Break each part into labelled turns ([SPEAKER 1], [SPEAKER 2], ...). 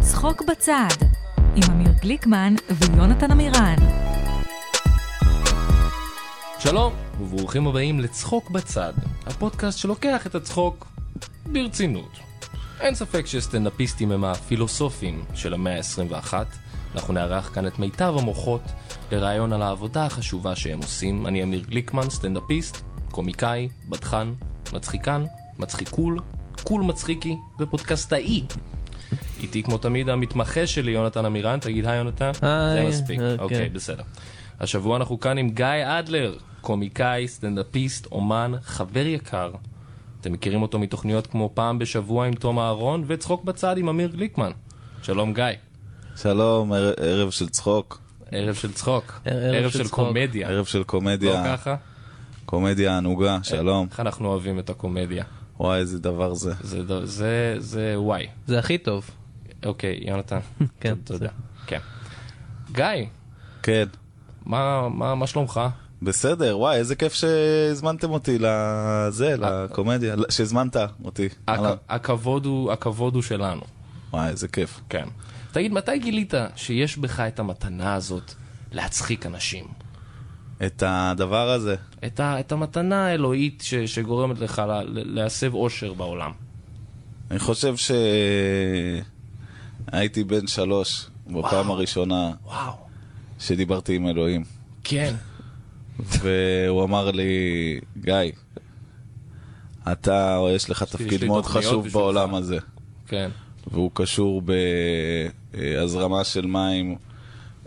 [SPEAKER 1] צחוק בצד, עם אמיר גליקמן ויונתן עמירן.
[SPEAKER 2] שלום, וברוכים הבאים לצחוק בצד, הפודקאסט שלוקח את הצחוק ברצינות. אין ספק שסטנדאפיסטים הם הפילוסופים של המאה ה-21. אנחנו נארח כאן את מיטב המוחות לרעיון על העבודה החשובה שהם עושים. אני אמיר גליקמן, סטנדאפיסט, קומיקאי, בדחן, מצחיקן, מצחיקול, קול מצחיקי ופודקאסטאי. איתי כמו תמיד המתמחה שלי יונתן עמירן, תגיד היי יונתן, זה
[SPEAKER 3] היי,
[SPEAKER 2] מספיק,
[SPEAKER 3] אוקיי.
[SPEAKER 2] אוקיי בסדר. השבוע אנחנו כאן עם גיא אדלר, קומיקאי, סטנדאפיסט, אומן, חבר יקר. אתם מכירים אותו מתוכניות כמו פעם בשבוע עם תום אהרון וצחוק בצד עם אמיר גליקמן. שלום גיא,
[SPEAKER 4] שלום, ער- ערב של צחוק,
[SPEAKER 2] ערב של צחוק,
[SPEAKER 3] ערב
[SPEAKER 2] ערב
[SPEAKER 3] של
[SPEAKER 2] של
[SPEAKER 3] צחוק.
[SPEAKER 2] קומדיה,
[SPEAKER 4] ערב של
[SPEAKER 2] לא אה.
[SPEAKER 4] קומדיה,
[SPEAKER 2] ככה?
[SPEAKER 4] קומדיה ענוגה, שלום.
[SPEAKER 2] איך אנחנו אוהבים את הקומדיה?
[SPEAKER 4] וואי, איזה דבר זה.
[SPEAKER 2] זה ד- זה- זה וואי.
[SPEAKER 3] זה הכי טוב.
[SPEAKER 2] אוקיי, יונתן,
[SPEAKER 3] כן,
[SPEAKER 2] תודה. כן. גיא,
[SPEAKER 4] כן,
[SPEAKER 2] מה- מה מה שלומך?
[SPEAKER 4] בסדר, וואי, איזה כיף שהזמנתם אותי לזה,
[SPEAKER 2] אה.
[SPEAKER 4] לקומדיה, לא, שהזמנת אותי. אהלן.
[SPEAKER 2] הכ- הכבוד הוא- הכבוד הוא שלנו.
[SPEAKER 4] וואי, איזה כיף.
[SPEAKER 2] כן. תגיד, מתי גילית שיש בך את המתנה הזאת להצחיק אנשים?
[SPEAKER 4] את הדבר הזה,
[SPEAKER 2] את, ה, את המתנה האלוהית ש, שגורמת לך לה, להסב אושר בעולם.
[SPEAKER 4] אני חושב שהייתי בן שלוש בפעם הראשונה
[SPEAKER 2] וואו.
[SPEAKER 4] שדיברתי עם אלוהים,
[SPEAKER 2] כן.
[SPEAKER 4] והוא אמר לי, גיא, אתה, או יש לך
[SPEAKER 2] לי
[SPEAKER 4] תפקיד מאוד
[SPEAKER 2] תוכניות
[SPEAKER 4] חשוב
[SPEAKER 2] בשבילך."
[SPEAKER 4] בעולם הזה.
[SPEAKER 2] כן.
[SPEAKER 4] והוא קשור בהזרמה של מים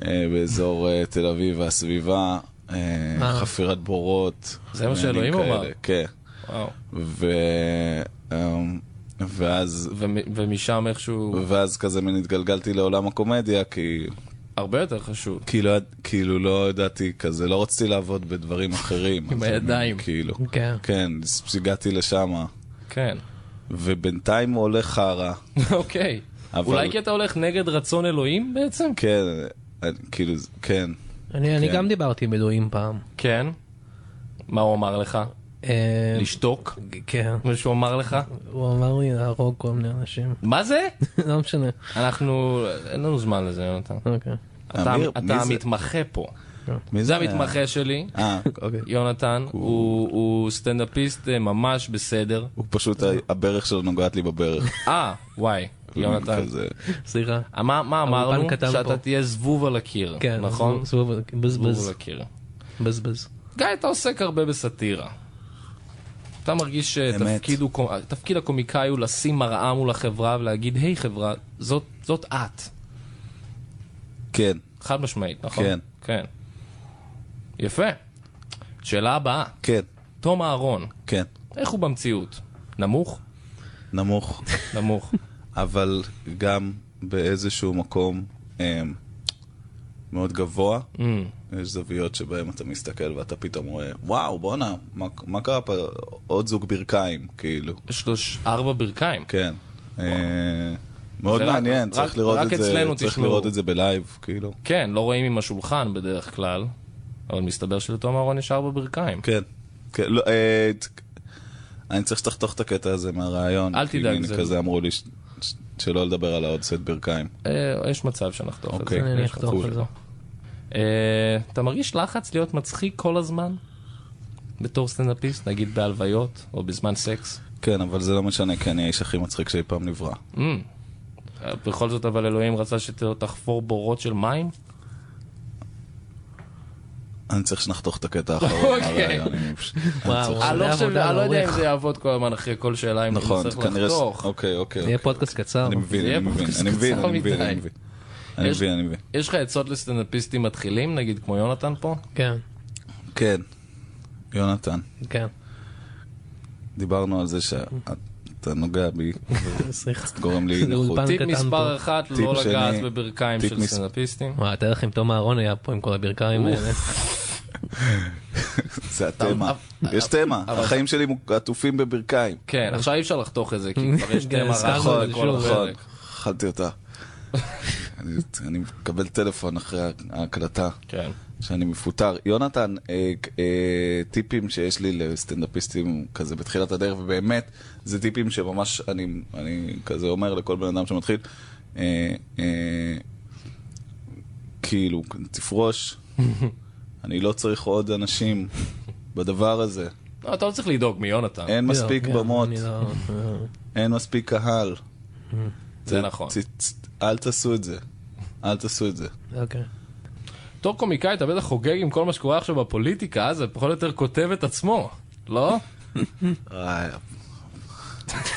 [SPEAKER 4] אה, באזור אה, תל אביב והסביבה, אה,
[SPEAKER 3] אה.
[SPEAKER 4] חפירת בורות.
[SPEAKER 2] זה מה
[SPEAKER 4] עניינים
[SPEAKER 2] שאלוהים
[SPEAKER 4] כאלה,
[SPEAKER 2] אמר.
[SPEAKER 4] כן.
[SPEAKER 2] וואו.
[SPEAKER 4] ו... אמ, ואז,
[SPEAKER 2] ומ- ומשם איכשהו
[SPEAKER 4] ואז כזה מין התגלגלתי לעולם הקומדיה, כי
[SPEAKER 2] הרבה יותר חשוב.
[SPEAKER 4] כי לא, כאילו לא ידעתי כזה, לא רציתי לעבוד בדברים אחרים.
[SPEAKER 2] עם
[SPEAKER 4] אז אני,
[SPEAKER 2] הידיים.
[SPEAKER 4] כאילו.
[SPEAKER 3] כן.
[SPEAKER 4] כן, הגעתי לשם,
[SPEAKER 2] כן.
[SPEAKER 4] ובינתיים הוא הולך חרא.
[SPEAKER 2] אוקיי.
[SPEAKER 4] אבל-
[SPEAKER 2] אולי כי אתה הולך נגד רצון אלוהים בעצם?
[SPEAKER 4] כן, אני- כאילו, כן.
[SPEAKER 3] אני אני
[SPEAKER 4] כן.
[SPEAKER 3] גם דיברתי עם אלוהים פעם.
[SPEAKER 2] כן. מה הוא אמר לך?
[SPEAKER 3] אה,
[SPEAKER 2] לשתוק?
[SPEAKER 3] כן.
[SPEAKER 2] מה שהוא אמר לך?
[SPEAKER 3] הוא אמר לי להרוג כל מיני אנשים.
[SPEAKER 2] מה זה?
[SPEAKER 3] לא משנה.
[SPEAKER 2] אנחנו... אין לנו זמן לזה, יונתן.
[SPEAKER 3] אוקיי.
[SPEAKER 2] אתה-
[SPEAKER 4] אמיר,
[SPEAKER 2] אתה
[SPEAKER 4] מי זה?
[SPEAKER 2] המתמחה פה.
[SPEAKER 4] מי
[SPEAKER 2] זה
[SPEAKER 4] היה?
[SPEAKER 2] המתמחה שלי.
[SPEAKER 4] אה, אוקיי.
[SPEAKER 2] יונתן, הוא הוא סטנדאפיסט אה, ממש בסדר.
[SPEAKER 4] הוא פשוט, ה- הברך שלו נוגעת לי בברך.
[SPEAKER 2] אה, וואי, יונתן.
[SPEAKER 4] כזה.
[SPEAKER 3] סליחה.
[SPEAKER 2] אה, מה מה אמרנו?
[SPEAKER 3] קטן
[SPEAKER 2] שאתה
[SPEAKER 3] פה.
[SPEAKER 2] תהיה זבוב על הקיר,
[SPEAKER 3] כן.
[SPEAKER 2] נכון?
[SPEAKER 3] זבוב,
[SPEAKER 2] זבוב על
[SPEAKER 3] בזבז.
[SPEAKER 2] הקיר.
[SPEAKER 3] בזבז.
[SPEAKER 2] גיא, אתה עוסק הרבה בסאטירה. אתה מרגיש שתפקיד הוא קו- תפקיד הקומיקאי הוא לשים מראה מול החברה ולהגיד, היי חברה, זאת זאת את.
[SPEAKER 4] כן,
[SPEAKER 2] חד משמעית, נכון?
[SPEAKER 4] כן.
[SPEAKER 2] כן. יפה. שאלה הבאה,
[SPEAKER 4] כן,
[SPEAKER 2] תום אהרון,
[SPEAKER 4] כן.
[SPEAKER 2] איך הוא במציאות? נמוך?
[SPEAKER 4] נמוך,
[SPEAKER 2] נמוך.
[SPEAKER 4] אבל גם באיזשהו מקום אמ, מאוד גבוה.
[SPEAKER 2] אמ,
[SPEAKER 4] יש זוויות שבהן אתה מסתכל ואתה פתאום רואה, וואו, בואנה, מה- מה קרה פה? עוד זוג ברכיים, כאילו.
[SPEAKER 2] שלוש, ארבע ברכיים.
[SPEAKER 4] כן. אה, מאוד
[SPEAKER 2] זה רק-
[SPEAKER 4] מעניין,
[SPEAKER 2] רק-
[SPEAKER 4] צריך לראות
[SPEAKER 2] רק
[SPEAKER 4] את זה-
[SPEAKER 2] אצלנו
[SPEAKER 4] צריך
[SPEAKER 2] תשמעו.
[SPEAKER 4] לראות את זה בלייב, כאילו.
[SPEAKER 2] כן, לא רואים עם השולחן בדרך כלל, אבל מסתבר שלתום אהרון יש ארבע ברכיים.
[SPEAKER 4] כן. כן, לא, אה, ת- אני צריך שתחתוך את הקטע הזה מהרעיון.
[SPEAKER 2] אל
[SPEAKER 4] כי
[SPEAKER 2] תדאג,
[SPEAKER 4] הנה
[SPEAKER 2] זה-
[SPEAKER 4] כזה אמרו לי ש- ש- שלא לדבר על העוד סט ברכיים.
[SPEAKER 2] אה, יש מצב שנחתוך את זה.
[SPEAKER 4] אוקיי,
[SPEAKER 2] יש
[SPEAKER 3] אני
[SPEAKER 2] מצב
[SPEAKER 3] אחתוך על זה.
[SPEAKER 2] שלא. אה, אתה מרגיש לחץ להיות מצחיק כל הזמן? בתור סטנדאפיסט, נגיד בהלוויות, או בזמן סקס?
[SPEAKER 4] כן, אבל זה לא משנה, כי אני האיש הכי מצחיק שאי פעם נברא.
[SPEAKER 2] אמ, אה, בכל זאת, אבל אלוהים רצה שתחפור בורות של מים?
[SPEAKER 4] אני צריך שנחתוך את הקטע האחרון
[SPEAKER 2] אוקיי.
[SPEAKER 4] מהרעיון. אני פש-
[SPEAKER 3] וואו,
[SPEAKER 4] צריך-
[SPEAKER 3] אה,
[SPEAKER 2] אני לא
[SPEAKER 3] זה
[SPEAKER 2] חושב-
[SPEAKER 3] עבודה
[SPEAKER 2] אני לא יודע אם
[SPEAKER 3] לעורך.
[SPEAKER 2] זה יעבוד כל הזמן אחרי כל שאלה, אם
[SPEAKER 4] נכון,
[SPEAKER 2] צריך
[SPEAKER 4] כנראה... ש-
[SPEAKER 2] לחתוך.
[SPEAKER 4] אוקיי, אוקיי.
[SPEAKER 3] זה יהיה פודקאסט קצר.
[SPEAKER 4] אני מבין,
[SPEAKER 2] זה יהיה
[SPEAKER 4] אני מבין,
[SPEAKER 2] פודקאסט
[SPEAKER 4] אני מבין,
[SPEAKER 2] קצר
[SPEAKER 4] אני מבין,
[SPEAKER 2] מדי.
[SPEAKER 4] אני מבין. אני
[SPEAKER 2] יש-
[SPEAKER 4] מבין, אני מבין.
[SPEAKER 2] יש לך עצות לסטנדאפיסטים מתחילים, נגיד כמו יונתן פה?
[SPEAKER 3] כן.
[SPEAKER 4] כן, יונתן,
[SPEAKER 3] כן.
[SPEAKER 4] דיברנו על זה שאתה נוגע בי,
[SPEAKER 3] סליחה.
[SPEAKER 4] גורם לי
[SPEAKER 3] זה
[SPEAKER 4] נחות.
[SPEAKER 3] אולפן.
[SPEAKER 2] טיפ
[SPEAKER 3] קטן
[SPEAKER 2] מספר
[SPEAKER 3] פה.
[SPEAKER 2] אחת,
[SPEAKER 4] טיפ
[SPEAKER 2] לא לגעת
[SPEAKER 4] שני,
[SPEAKER 2] בברכיים
[SPEAKER 4] טיפ
[SPEAKER 2] של
[SPEAKER 4] מס-
[SPEAKER 2] סטנדאפיסטים.
[SPEAKER 3] וואי, תאר לך אם תום אהרון היה פה עם כל הברכיים
[SPEAKER 2] אוף.
[SPEAKER 3] האלה.
[SPEAKER 4] זה התמה. יש תמה, החיים שלי מוק- עטופים בברכיים.
[SPEAKER 2] כן, עכשיו אי אפשר לחתוך את זה, כי כבר יש
[SPEAKER 3] כן,
[SPEAKER 2] תמה
[SPEAKER 3] הזכרנו
[SPEAKER 2] רחוק
[SPEAKER 3] את זה
[SPEAKER 2] לכל
[SPEAKER 3] שוב.
[SPEAKER 2] הפרק.
[SPEAKER 4] אכלתי אותה. אני- אני מקבל טלפון אחרי ההקלטה
[SPEAKER 2] כן.
[SPEAKER 4] שאני מפוטר. יונתן, אה, אה, טיפים שיש לי לסטנדאפיסטים כזה בתחילת הדרך, ובאמת, זה טיפים שממש אני אני כזה אומר לכל בן אדם שמתחיל, אה, אה, כאילו, תפרוש, אני לא צריך עוד אנשים בדבר הזה.
[SPEAKER 2] לא, אתה לא צריך לדאוג מיונתן.
[SPEAKER 4] אין
[SPEAKER 3] לא,
[SPEAKER 4] מספיק
[SPEAKER 3] כן,
[SPEAKER 4] במות,
[SPEAKER 3] אני לא-
[SPEAKER 4] אין מספיק קהל.
[SPEAKER 2] זה נכון.
[SPEAKER 4] צ- צ- אל תעשו את זה. אל תעשו את זה.
[SPEAKER 3] אוקיי.
[SPEAKER 2] בתור קומיקאי אתה בטח חוגג עם כל מה שקורה עכשיו בפוליטיקה, זה פחות או יותר כותב את עצמו, לא?
[SPEAKER 4] איי,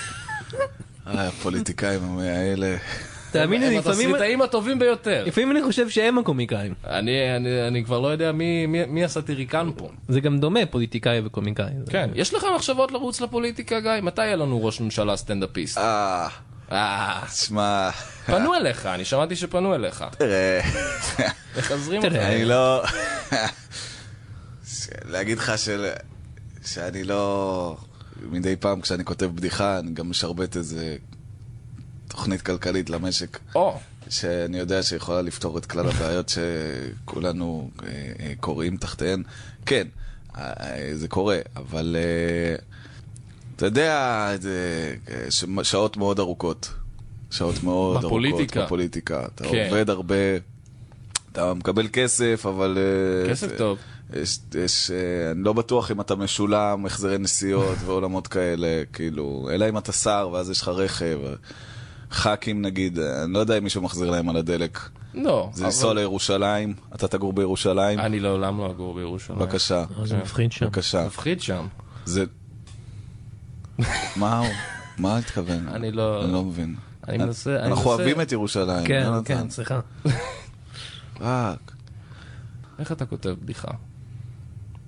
[SPEAKER 4] איי, הפוליטיקאים האלה.
[SPEAKER 3] תאמין לי,
[SPEAKER 2] הם
[SPEAKER 3] לפעמים...
[SPEAKER 2] התסריטאים הטובים ביותר.
[SPEAKER 3] לפעמים אני חושב שהם הקומיקאים.
[SPEAKER 2] אני- אני אני כבר לא יודע מי- מי מי הסאטיריקן פה.
[SPEAKER 3] זה גם דומה, פוליטיקאי וקומיקאי. זה-
[SPEAKER 2] כן. יש לך מחשבות לרוץ לפוליטיקה, גיא? מתי יהיה לנו ראש ממשלה סטנדאפיסט?
[SPEAKER 4] אה,
[SPEAKER 2] אה,
[SPEAKER 4] תשמע,
[SPEAKER 2] פנו אליך, אני שמעתי שפנו אליך.
[SPEAKER 4] תראה,
[SPEAKER 2] מחזרים
[SPEAKER 3] תראה.
[SPEAKER 2] אותך.
[SPEAKER 4] אני לא... ש- להגיד לך של... שאני לא... מדי פעם כשאני כותב בדיחה, אני גם משרבט איזה תוכנית כלכלית למשק,
[SPEAKER 2] או,
[SPEAKER 4] שאני יודע שיכולה לפתור את כלל הבעיות שכולנו אה, אה, קוראים תחתיהן. כן, אה, אה, זה קורה, אבל אה, אתה יודע, זה אה, ש- שעות מאוד ארוכות. שעות מאוד ארוכות.
[SPEAKER 2] בפוליטיקה.
[SPEAKER 4] בפוליטיקה. אתה
[SPEAKER 2] כן.
[SPEAKER 4] עובד הרבה, אתה מקבל כסף, אבל... אה,
[SPEAKER 2] כסף
[SPEAKER 4] אה,
[SPEAKER 2] טוב.
[SPEAKER 4] יש, יש, אה, אני לא בטוח אם אתה משולם, החזרי נסיעות ועולמות כאלה, כאילו, אלא אם אתה שר ואז יש לך רכב. ח"כים נגיד, אה, אני לא יודע אם מישהו מחזיר להם על הדלק.
[SPEAKER 2] לא.
[SPEAKER 4] זה
[SPEAKER 2] אבל-
[SPEAKER 4] לנסוע לירושלים, אתה תגור בירושלים,
[SPEAKER 2] אני לעולם לא אגור בירושלים.
[SPEAKER 4] בבקשה,
[SPEAKER 3] אה, זה מפחיד שם.
[SPEAKER 4] כן. בבקשה.
[SPEAKER 2] מפחיד שם.
[SPEAKER 4] זה... מה הוא? מה התכוון?
[SPEAKER 2] אני לא-
[SPEAKER 4] אני לא מבין.
[SPEAKER 2] אני מנסה... אני
[SPEAKER 4] אנחנו
[SPEAKER 2] מנסה-
[SPEAKER 4] אוהבים את ירושלים,
[SPEAKER 3] כן,
[SPEAKER 4] יונתן.
[SPEAKER 3] כן, סליחה.
[SPEAKER 4] רק.
[SPEAKER 2] איך אתה כותב בדיחה?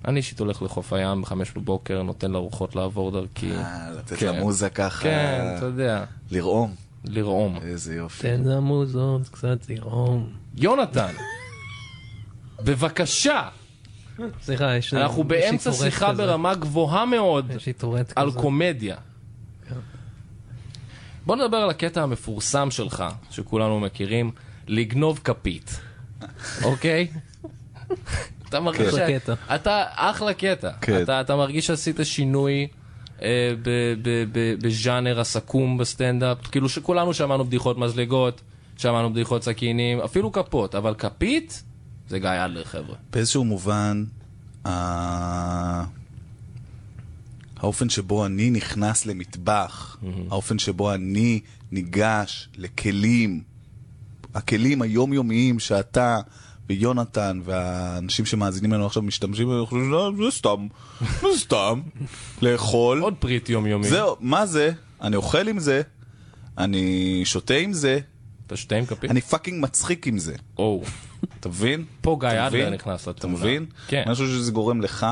[SPEAKER 2] אני אישית הולך לחוף הים בחמש בבוקר, נותן לרוחות לעבור דרכי.
[SPEAKER 4] אה, לתת
[SPEAKER 2] כן.
[SPEAKER 4] למוזה ככה,
[SPEAKER 2] כן, אתה יודע,
[SPEAKER 4] לרעום.
[SPEAKER 2] לרעום.
[SPEAKER 4] איזה יופי.
[SPEAKER 3] תן למוזות קצת זירום.
[SPEAKER 2] יונתן, בבקשה,
[SPEAKER 3] סליחה, יש...
[SPEAKER 2] אנחנו
[SPEAKER 3] כן, יש לי
[SPEAKER 2] באמצע
[SPEAKER 3] טורט
[SPEAKER 2] שיחה
[SPEAKER 3] כזה.
[SPEAKER 2] ברמה גבוהה מאוד
[SPEAKER 3] יש לי טורט
[SPEAKER 2] על
[SPEAKER 3] כזה. כן.
[SPEAKER 2] קומדיה. בוא נדבר על הקטע המפורסם שלך, שכולנו מכירים, לגנוב כפית, אוקיי? אתה מרגיש...
[SPEAKER 3] כן. אחלה
[SPEAKER 2] ש-
[SPEAKER 3] קטע.
[SPEAKER 2] אתה אחלה קטע.
[SPEAKER 4] כן.
[SPEAKER 2] אתה- אתה מרגיש שעשית שינוי אה, ב- ב- ב- בז'אנר הסכו"ם בסטנדאפ, כאילו שכולנו שמענו בדיחות מזלגות, שמענו בדיחות סכינים, אפילו כפות, אבל כפית זה גיא אדלר, חבר'ה.
[SPEAKER 4] באיזשהו מובן, ה- האופן שבו אני נכנס למטבח, האופן שבו אני ניגש לכלים, הכלים היומיומיים שאתה ויונתן והאנשים שמאזינים לנו עכשיו משתמשים, בהם, חושבים, "לא, זה סתם, זה סתם, לאכול.
[SPEAKER 2] עוד פריט יומיומי.
[SPEAKER 4] זהו, מה זה? אני אוכל עם זה, אני שותה עם זה,
[SPEAKER 2] אתה שותה עם כפית?
[SPEAKER 4] אני פאקינג מצחיק עם זה,
[SPEAKER 2] או,
[SPEAKER 4] אתה מבין?
[SPEAKER 2] פה גיא
[SPEAKER 4] אתה
[SPEAKER 2] אדלר
[SPEAKER 4] מבין?
[SPEAKER 2] נכנס
[SPEAKER 4] אתה
[SPEAKER 2] לתמונה.
[SPEAKER 4] מבין?
[SPEAKER 2] כן.
[SPEAKER 4] אני חושב שזה גורם לך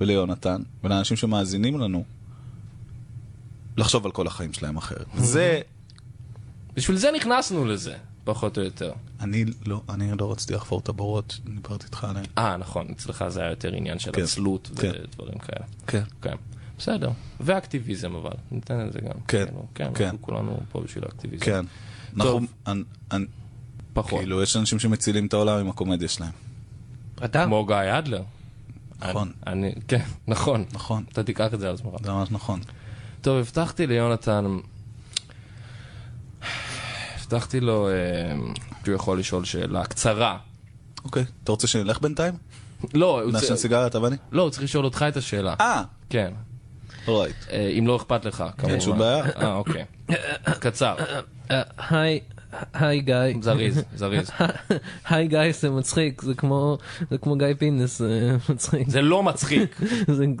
[SPEAKER 4] וליונתן ולאנשים שמאזינים לנו לחשוב על כל החיים שלהם אחרת.
[SPEAKER 2] Mm-hmm.
[SPEAKER 4] זה,
[SPEAKER 2] בשביל זה נכנסנו לזה, פחות או יותר.
[SPEAKER 4] אני לא, אני לא רציתי לחפור את הבורות, דיברתי איתך עליהן.
[SPEAKER 2] אה, נכון, אצלך זה היה יותר עניין של
[SPEAKER 4] כן,
[SPEAKER 2] עצלות
[SPEAKER 4] כן.
[SPEAKER 2] ודברים כאלה.
[SPEAKER 4] כן.
[SPEAKER 2] כן, בסדר. ואקטיביזם אבל, ניתן את זה גם.
[SPEAKER 4] כן,
[SPEAKER 2] כאילו, כן,
[SPEAKER 4] כן.
[SPEAKER 2] אנחנו כולנו פה בשביל האקטיביזם.
[SPEAKER 4] כן. אנחנו,
[SPEAKER 2] טוב.
[SPEAKER 4] אנ- אנ-
[SPEAKER 2] פחות.
[SPEAKER 4] כאילו, יש אנשים שמצילים את העולם עם הקומדיה שלהם.
[SPEAKER 3] אתה?
[SPEAKER 2] כמו גיא אדלר.
[SPEAKER 4] נכון.
[SPEAKER 2] אני, כן, נכון.
[SPEAKER 4] נכון.
[SPEAKER 2] אתה תיקח את זה על זמנך.
[SPEAKER 4] זה ממש נכון.
[SPEAKER 2] טוב, הבטחתי ליונתן... הבטחתי לו אה, שהוא יכול לשאול שאלה קצרה.
[SPEAKER 4] אוקיי. אתה רוצה שנלך בינתיים?
[SPEAKER 2] לא, הוא
[SPEAKER 4] נעשן
[SPEAKER 2] צריך-
[SPEAKER 4] סיגריה, אתה ואני?
[SPEAKER 2] לא, הוא צריך לשאול אותך את השאלה.
[SPEAKER 4] אה,
[SPEAKER 2] כן.
[SPEAKER 4] רייט.
[SPEAKER 2] אה, אם לא אכפת לך, כמובן.
[SPEAKER 4] אין שום בעיה.
[SPEAKER 2] אה, אוקיי. קצר,
[SPEAKER 3] אה, היי, היי גיא.
[SPEAKER 2] זריז, זריז.
[SPEAKER 3] היי גיא זה מצחיק, זה כמו זה כמו גיא פינס, זה מצחיק.
[SPEAKER 2] זה לא מצחיק,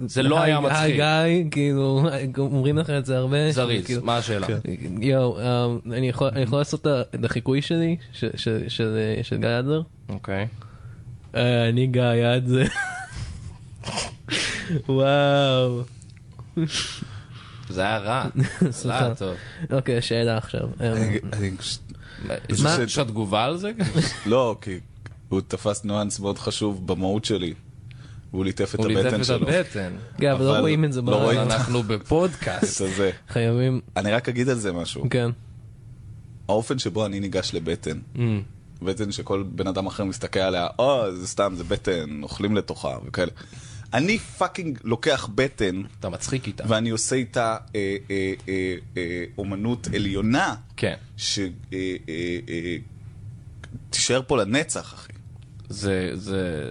[SPEAKER 2] זה לא היה
[SPEAKER 3] היי-
[SPEAKER 2] מצחיק.
[SPEAKER 3] היי גיא, כאילו, אומרים לך את זה הרבה.
[SPEAKER 2] זריז,
[SPEAKER 3] כאילו,
[SPEAKER 2] מה השאלה?
[SPEAKER 4] כן.
[SPEAKER 3] יואו, אמ, אני יכול אני יכול לעשות את ה- את החיקוי שלי, ש- ש- של- אה, של גיא אדלר?
[SPEAKER 2] אוקיי.
[SPEAKER 3] אה, אני גיא אדלר. וואו.
[SPEAKER 2] זה היה רע. זה היה טוב.
[SPEAKER 3] אוקיי, שאלה עכשיו. אמ,
[SPEAKER 4] אני- אני-
[SPEAKER 2] יש
[SPEAKER 4] מה?
[SPEAKER 2] לך תגובה על זה?
[SPEAKER 4] לא, כי הוא תפס ניואנס מאוד חשוב במהות שלי. הוא ליטף את
[SPEAKER 2] הוא
[SPEAKER 4] הבטן
[SPEAKER 2] ליטף את
[SPEAKER 4] שלו.
[SPEAKER 2] הבטן.
[SPEAKER 3] אגב, לא
[SPEAKER 4] אבל
[SPEAKER 3] רואים את זה
[SPEAKER 4] לא רואים.
[SPEAKER 2] אבל
[SPEAKER 3] בעין.
[SPEAKER 2] אנחנו בפודקאסט.
[SPEAKER 4] את הזה.
[SPEAKER 3] חייבים,
[SPEAKER 4] אני רק אגיד על זה משהו.
[SPEAKER 3] כן.
[SPEAKER 4] האופן שבו אני ניגש לבטן,
[SPEAKER 2] אמ,
[SPEAKER 4] בטן שכל בן אדם אחר מסתכל עליה, או, זה סתם, זה בטן, אוכלים לתוכה וכאלה. אני פאקינג לוקח בטן,
[SPEAKER 2] אתה מצחיק איתה.
[SPEAKER 4] ואני עושה איתה אה, אה, אה, אה, אומנות עליונה,
[SPEAKER 2] כן.
[SPEAKER 4] שתישאר אה, אה, אה, תישאר פה לנצח, אחי.
[SPEAKER 2] זה, זה,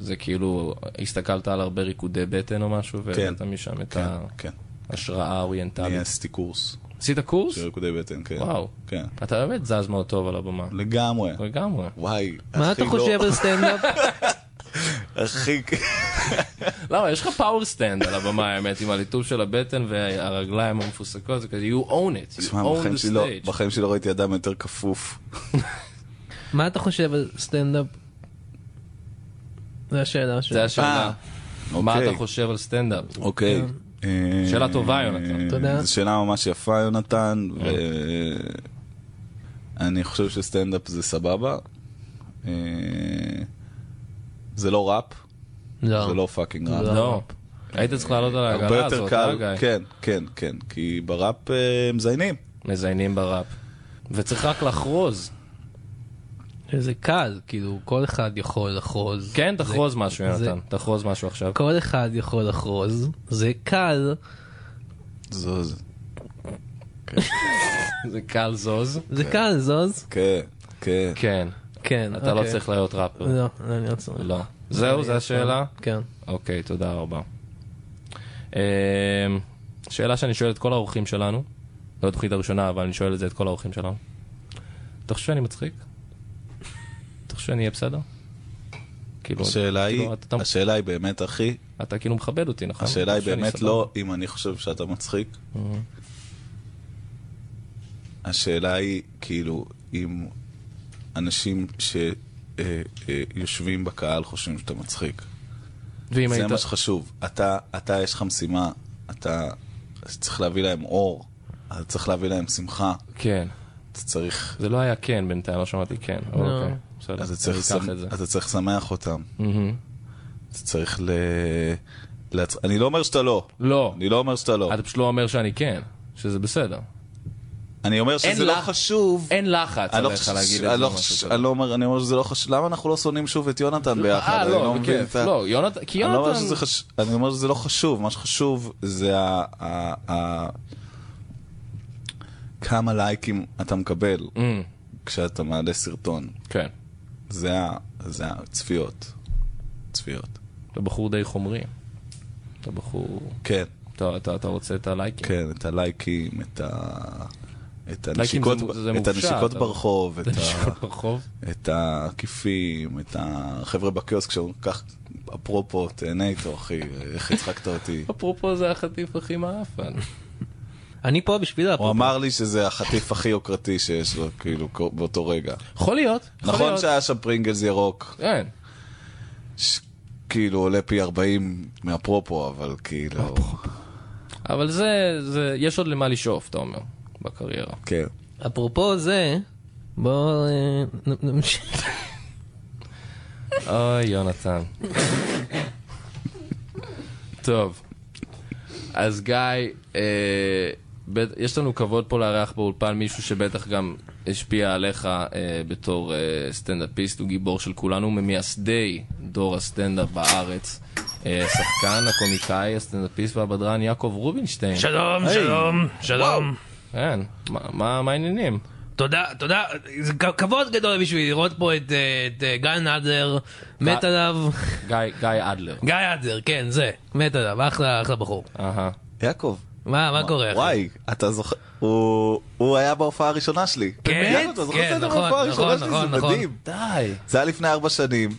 [SPEAKER 2] זה כאילו, הסתכלת על הרבה ריקודי בטן או משהו, והבאת משם את
[SPEAKER 4] כן, כן.
[SPEAKER 2] ההשראה
[SPEAKER 4] אני
[SPEAKER 2] האוריינטלית.
[SPEAKER 4] עשיתי קורס
[SPEAKER 2] עשית קורס?
[SPEAKER 4] של ריקודי בטן, כן.
[SPEAKER 2] וואו. אוקיי.
[SPEAKER 4] כן. לא.
[SPEAKER 2] אתה באמת זז מאוד טוב על הבמה.
[SPEAKER 4] לגמרי.
[SPEAKER 2] לגמרי.
[SPEAKER 4] וואי,
[SPEAKER 3] מה
[SPEAKER 4] הכי
[SPEAKER 3] אתה
[SPEAKER 4] לא-
[SPEAKER 3] חושב על סטנדאפ?
[SPEAKER 4] הכי...
[SPEAKER 2] למה? לא, יש לך פאוור סטנד על הבמה, האמת, עם הליטוב של הבטן והרגליים המפוסקות, זה כזה, you own it, you
[SPEAKER 4] תשמע,
[SPEAKER 2] own
[SPEAKER 4] בחיים
[SPEAKER 2] the
[SPEAKER 4] שלי לא-
[SPEAKER 2] stage. כן.
[SPEAKER 4] בחיים שלי לא ראיתי אדם יותר כפוף.
[SPEAKER 3] מה אתה חושב על סטנדאפ? זו השאלה שלי.
[SPEAKER 2] זה השאלה. מה
[SPEAKER 4] אוקיי.
[SPEAKER 2] אתה חושב על סטנדאפ?
[SPEAKER 4] אוקיי. אה,
[SPEAKER 2] שאלה טובה, יונתן. כן.
[SPEAKER 4] אה,
[SPEAKER 3] תודה.
[SPEAKER 4] זו שאלה ממש יפה, יונתן, ואני חושב שסטנדאפ זה סבבה. אה, זה לא ראפ, זה לא פאקינג ראפ.
[SPEAKER 2] לא. היית צריך לעלות על
[SPEAKER 4] הרבה
[SPEAKER 2] העגלה
[SPEAKER 4] יותר
[SPEAKER 2] הזאת, אה,
[SPEAKER 4] קל,
[SPEAKER 2] גיא?
[SPEAKER 4] כן, כן, כן, כי בראפ אה, מזיינים.
[SPEAKER 2] מזיינים בראפ. וצריך רק לחרוז.
[SPEAKER 3] זה קל, כאילו, כל אחד יכול לחרוז.
[SPEAKER 2] כן, תחרוז משהו,
[SPEAKER 3] זה-
[SPEAKER 2] יונתן. תחרוז משהו עכשיו.
[SPEAKER 3] כל אחד יכול לחרוז, זה קל,
[SPEAKER 4] זו- זה-
[SPEAKER 2] זה קל זוז.
[SPEAKER 3] זה קל, זוז.
[SPEAKER 4] כן, כן.
[SPEAKER 2] כן.
[SPEAKER 3] כן,
[SPEAKER 2] אתה לא
[SPEAKER 3] אוקיי.
[SPEAKER 2] צריך להיות ראפר.
[SPEAKER 3] לא, לא, אני לא צריך.
[SPEAKER 2] לא. זהו, זו השאלה?
[SPEAKER 3] כן.
[SPEAKER 2] אוקיי, תודה רבה. אמ, שאלה שאני שואל את כל האורחים שלנו, לא התוכנית הראשונה, אבל אני שואל את זה את כל האורחים שלנו. אתה חושב שאני מצחיק? אתה חושב שאני אהיה בסדר? כאילו,
[SPEAKER 4] השאלה היא,
[SPEAKER 2] כאילו, אתה- אתה-
[SPEAKER 4] השאלה היא באמת, אחי,
[SPEAKER 2] אתה כאילו מכבד אותי, נכון?
[SPEAKER 4] השאלה היא
[SPEAKER 2] אתה חושב שאני
[SPEAKER 4] באמת
[SPEAKER 2] סבבה?
[SPEAKER 4] לא אם אני חושב שאתה מצחיק. השאלה היא, כאילו, אם אנשים שיושבים בקהל חושבים שאתה מצחיק.
[SPEAKER 2] ואם
[SPEAKER 4] זה
[SPEAKER 2] היית...
[SPEAKER 4] מה שחשוב. אתה, אתה, יש לך משימה, אתה צריך להביא להם אור, אתה צריך להביא להם שמחה,
[SPEAKER 2] כן.
[SPEAKER 4] אתה צריך...
[SPEAKER 2] זה לא היה כן בינתיים, לא שמעתי כן. אבל
[SPEAKER 3] לא.
[SPEAKER 2] אוקיי, בסדר.
[SPEAKER 4] אתה צריך,
[SPEAKER 2] אני אקח
[SPEAKER 4] לשמ-
[SPEAKER 2] את זה.
[SPEAKER 4] אתה צריך לשמח אותם,
[SPEAKER 2] מהמם.
[SPEAKER 4] אתה צריך ל... להצ... אני לא אומר שאתה לא,
[SPEAKER 2] לא.
[SPEAKER 4] אני לא אומר שאתה לא.
[SPEAKER 2] אתה פשוט לא אומר שאני כן, שזה בסדר.
[SPEAKER 4] אני אומר
[SPEAKER 2] אין
[SPEAKER 4] שזה לא
[SPEAKER 2] לך-
[SPEAKER 4] חשוב.
[SPEAKER 2] אין לחץ
[SPEAKER 4] אני לא
[SPEAKER 2] עליך
[SPEAKER 4] חושב-
[SPEAKER 2] להגיד
[SPEAKER 4] אני
[SPEAKER 2] את זה.
[SPEAKER 4] לא
[SPEAKER 2] משהו
[SPEAKER 4] חושב-
[SPEAKER 2] כזה.
[SPEAKER 4] אני לא אומר, אני אומר שזה לא חשוב, למה אנחנו לא שונאים שוב את יונתן ביחד?
[SPEAKER 2] אה,
[SPEAKER 4] אני
[SPEAKER 2] לא,
[SPEAKER 4] מבין
[SPEAKER 2] בכיף.
[SPEAKER 4] את ה-
[SPEAKER 2] לא, יונתן, כי
[SPEAKER 4] אני לא אומר שזה
[SPEAKER 2] יונתן...
[SPEAKER 4] חש- אני אומר שזה לא חשוב, מה שחשוב זה ה- ה- ה- כמה לייקים אתה מקבל
[SPEAKER 2] אמ,
[SPEAKER 4] כשאתה מעלה סרטון.
[SPEAKER 2] כן.
[SPEAKER 4] זה ה- זה הצפיות. צפיות.
[SPEAKER 2] אתה בחור די חומרי. אתה בחור...
[SPEAKER 4] כן,
[SPEAKER 2] אתה, אתה, אתה רוצה את הלייקים.
[SPEAKER 4] כן, את הלייקים, את ה... את
[SPEAKER 2] לייקים
[SPEAKER 4] הנשיקות,
[SPEAKER 2] זה מו- זה
[SPEAKER 4] את
[SPEAKER 2] מופשט,
[SPEAKER 4] הנשיקות
[SPEAKER 2] אבל-
[SPEAKER 4] ברחוב, את
[SPEAKER 2] אתה
[SPEAKER 4] ה...
[SPEAKER 2] נשאר ברחוב.
[SPEAKER 4] את העקיפים, את החבר'ה בקיוסק שאומרים, קח, אפרופו, תהנה איתו, אחי, איך הצחקת אותי.
[SPEAKER 2] אפרופו זה החטיף הכי מעפן.
[SPEAKER 3] אני פה בשביל
[SPEAKER 4] הוא
[SPEAKER 3] הפרופו.
[SPEAKER 4] אמר לי שזה החטיף הכי יוקרתי שיש לו, כאילו, כ- באותו רגע.
[SPEAKER 2] יכול להיות. יכול
[SPEAKER 4] נכון
[SPEAKER 2] להיות.
[SPEAKER 4] שהיה שם פרינגלס ירוק,
[SPEAKER 2] כן.
[SPEAKER 4] שכאילו עולה פי 40 מאפרופו, אבל כאילו...
[SPEAKER 2] אבל זה, זה, יש עוד למה לשאוף, אתה אומר, בקריירה.
[SPEAKER 4] כן.
[SPEAKER 3] אפרופו זה, בואו אה, נ- נמשיך.
[SPEAKER 2] אוי, יונתן. טוב. אז גיא, אה, בט- יש לנו כבוד פה לארח באולפן מישהו שבטח גם השפיע עליך אה, בתור אה, סטנדאפיסט, הוא גיבור של כולנו, ממייסדי דור הסטנדאפ בארץ. אה, השחקן, הקומיקאי, הסטנדאפיסט והבדרן יעקב רובינשטיין.
[SPEAKER 5] שלום, שלום, שלום.
[SPEAKER 2] כן, מה- מה מה העניינים?
[SPEAKER 5] תודה, תודה. זה כ- כבוד גדול בשבילי לראות פה את, אה, את אה, גיא אדלר, מת
[SPEAKER 4] אה.
[SPEAKER 5] עליו.
[SPEAKER 2] גיא גיא אדלר.
[SPEAKER 5] גיא אדלר, כן, זה. מת עליו, אחלה, אחלה בחור.
[SPEAKER 2] אהה.
[SPEAKER 4] יעקב.
[SPEAKER 5] מה, מה קורה? אחי?
[SPEAKER 4] וואי, אתה זוכר, הוא- הוא היה בהופעה הראשונה שלי.
[SPEAKER 5] כן,
[SPEAKER 4] אתה זוכר
[SPEAKER 5] כן,
[SPEAKER 4] את
[SPEAKER 5] נכון,
[SPEAKER 4] ההופעה הראשונה
[SPEAKER 5] נכון,
[SPEAKER 4] שלי?
[SPEAKER 5] נכון,
[SPEAKER 4] זה
[SPEAKER 5] נכון. כן.
[SPEAKER 4] מדהים.
[SPEAKER 2] די.
[SPEAKER 4] זה היה לפני ארבע שנים,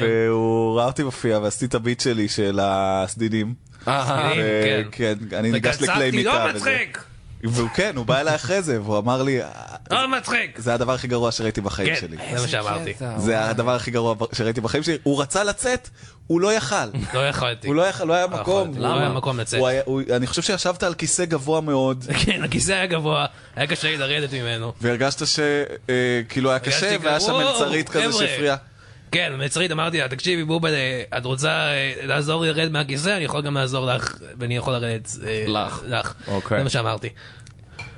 [SPEAKER 4] והוא ראה אותי מופיע ועשיתי את הביט שלי של הסדינים.
[SPEAKER 2] אהה.
[SPEAKER 5] כן,
[SPEAKER 4] ו-
[SPEAKER 5] כן.
[SPEAKER 4] כן, אני ניגש לכלי
[SPEAKER 5] וקצבתי,
[SPEAKER 4] מיטה.
[SPEAKER 5] לא
[SPEAKER 4] וזה-
[SPEAKER 5] מצחיק!
[SPEAKER 4] והוא כן, הוא בא אליי אחרי זה, והוא אמר לי, "אה,
[SPEAKER 5] לא מצחיק!
[SPEAKER 4] זה הדבר הכי גרוע שראיתי בחיים
[SPEAKER 5] כן,
[SPEAKER 4] שלי.
[SPEAKER 5] זה מה שאמרתי.
[SPEAKER 4] זה הדבר הכי גרוע ב- שראיתי בחיים שלי. הוא רצה לצאת, הוא לא יכל.
[SPEAKER 5] לא יכולתי.
[SPEAKER 4] הוא לא יכל, לא היה מקום.
[SPEAKER 5] יכולתי, לא
[SPEAKER 4] הוא-
[SPEAKER 5] היה מקום לצאת.
[SPEAKER 4] הוא היה- הוא- אני חושב שישבת על כיסא גבוה מאוד.
[SPEAKER 5] כן, הכיסא היה גבוה, היה קשה לי לרדת ממנו.
[SPEAKER 4] והרגשת שכאילו היה קשה,
[SPEAKER 5] הרגשתי
[SPEAKER 4] והיה
[SPEAKER 5] כזה,
[SPEAKER 4] שם
[SPEAKER 5] "וואו,
[SPEAKER 4] מלצרית כזה
[SPEAKER 5] חבר'ה."
[SPEAKER 4] שהפריעה.
[SPEAKER 5] כן, מצרית, אמרתי לה, תקשיבי בובל, אה, את רוצה אה, לעזור לי לרדת מהכיסא? אני יכול גם לעזור לך, ואני יכול לרדת... אה,
[SPEAKER 2] לך.
[SPEAKER 5] לך.
[SPEAKER 2] אוקיי.
[SPEAKER 5] זה מה שאמרתי.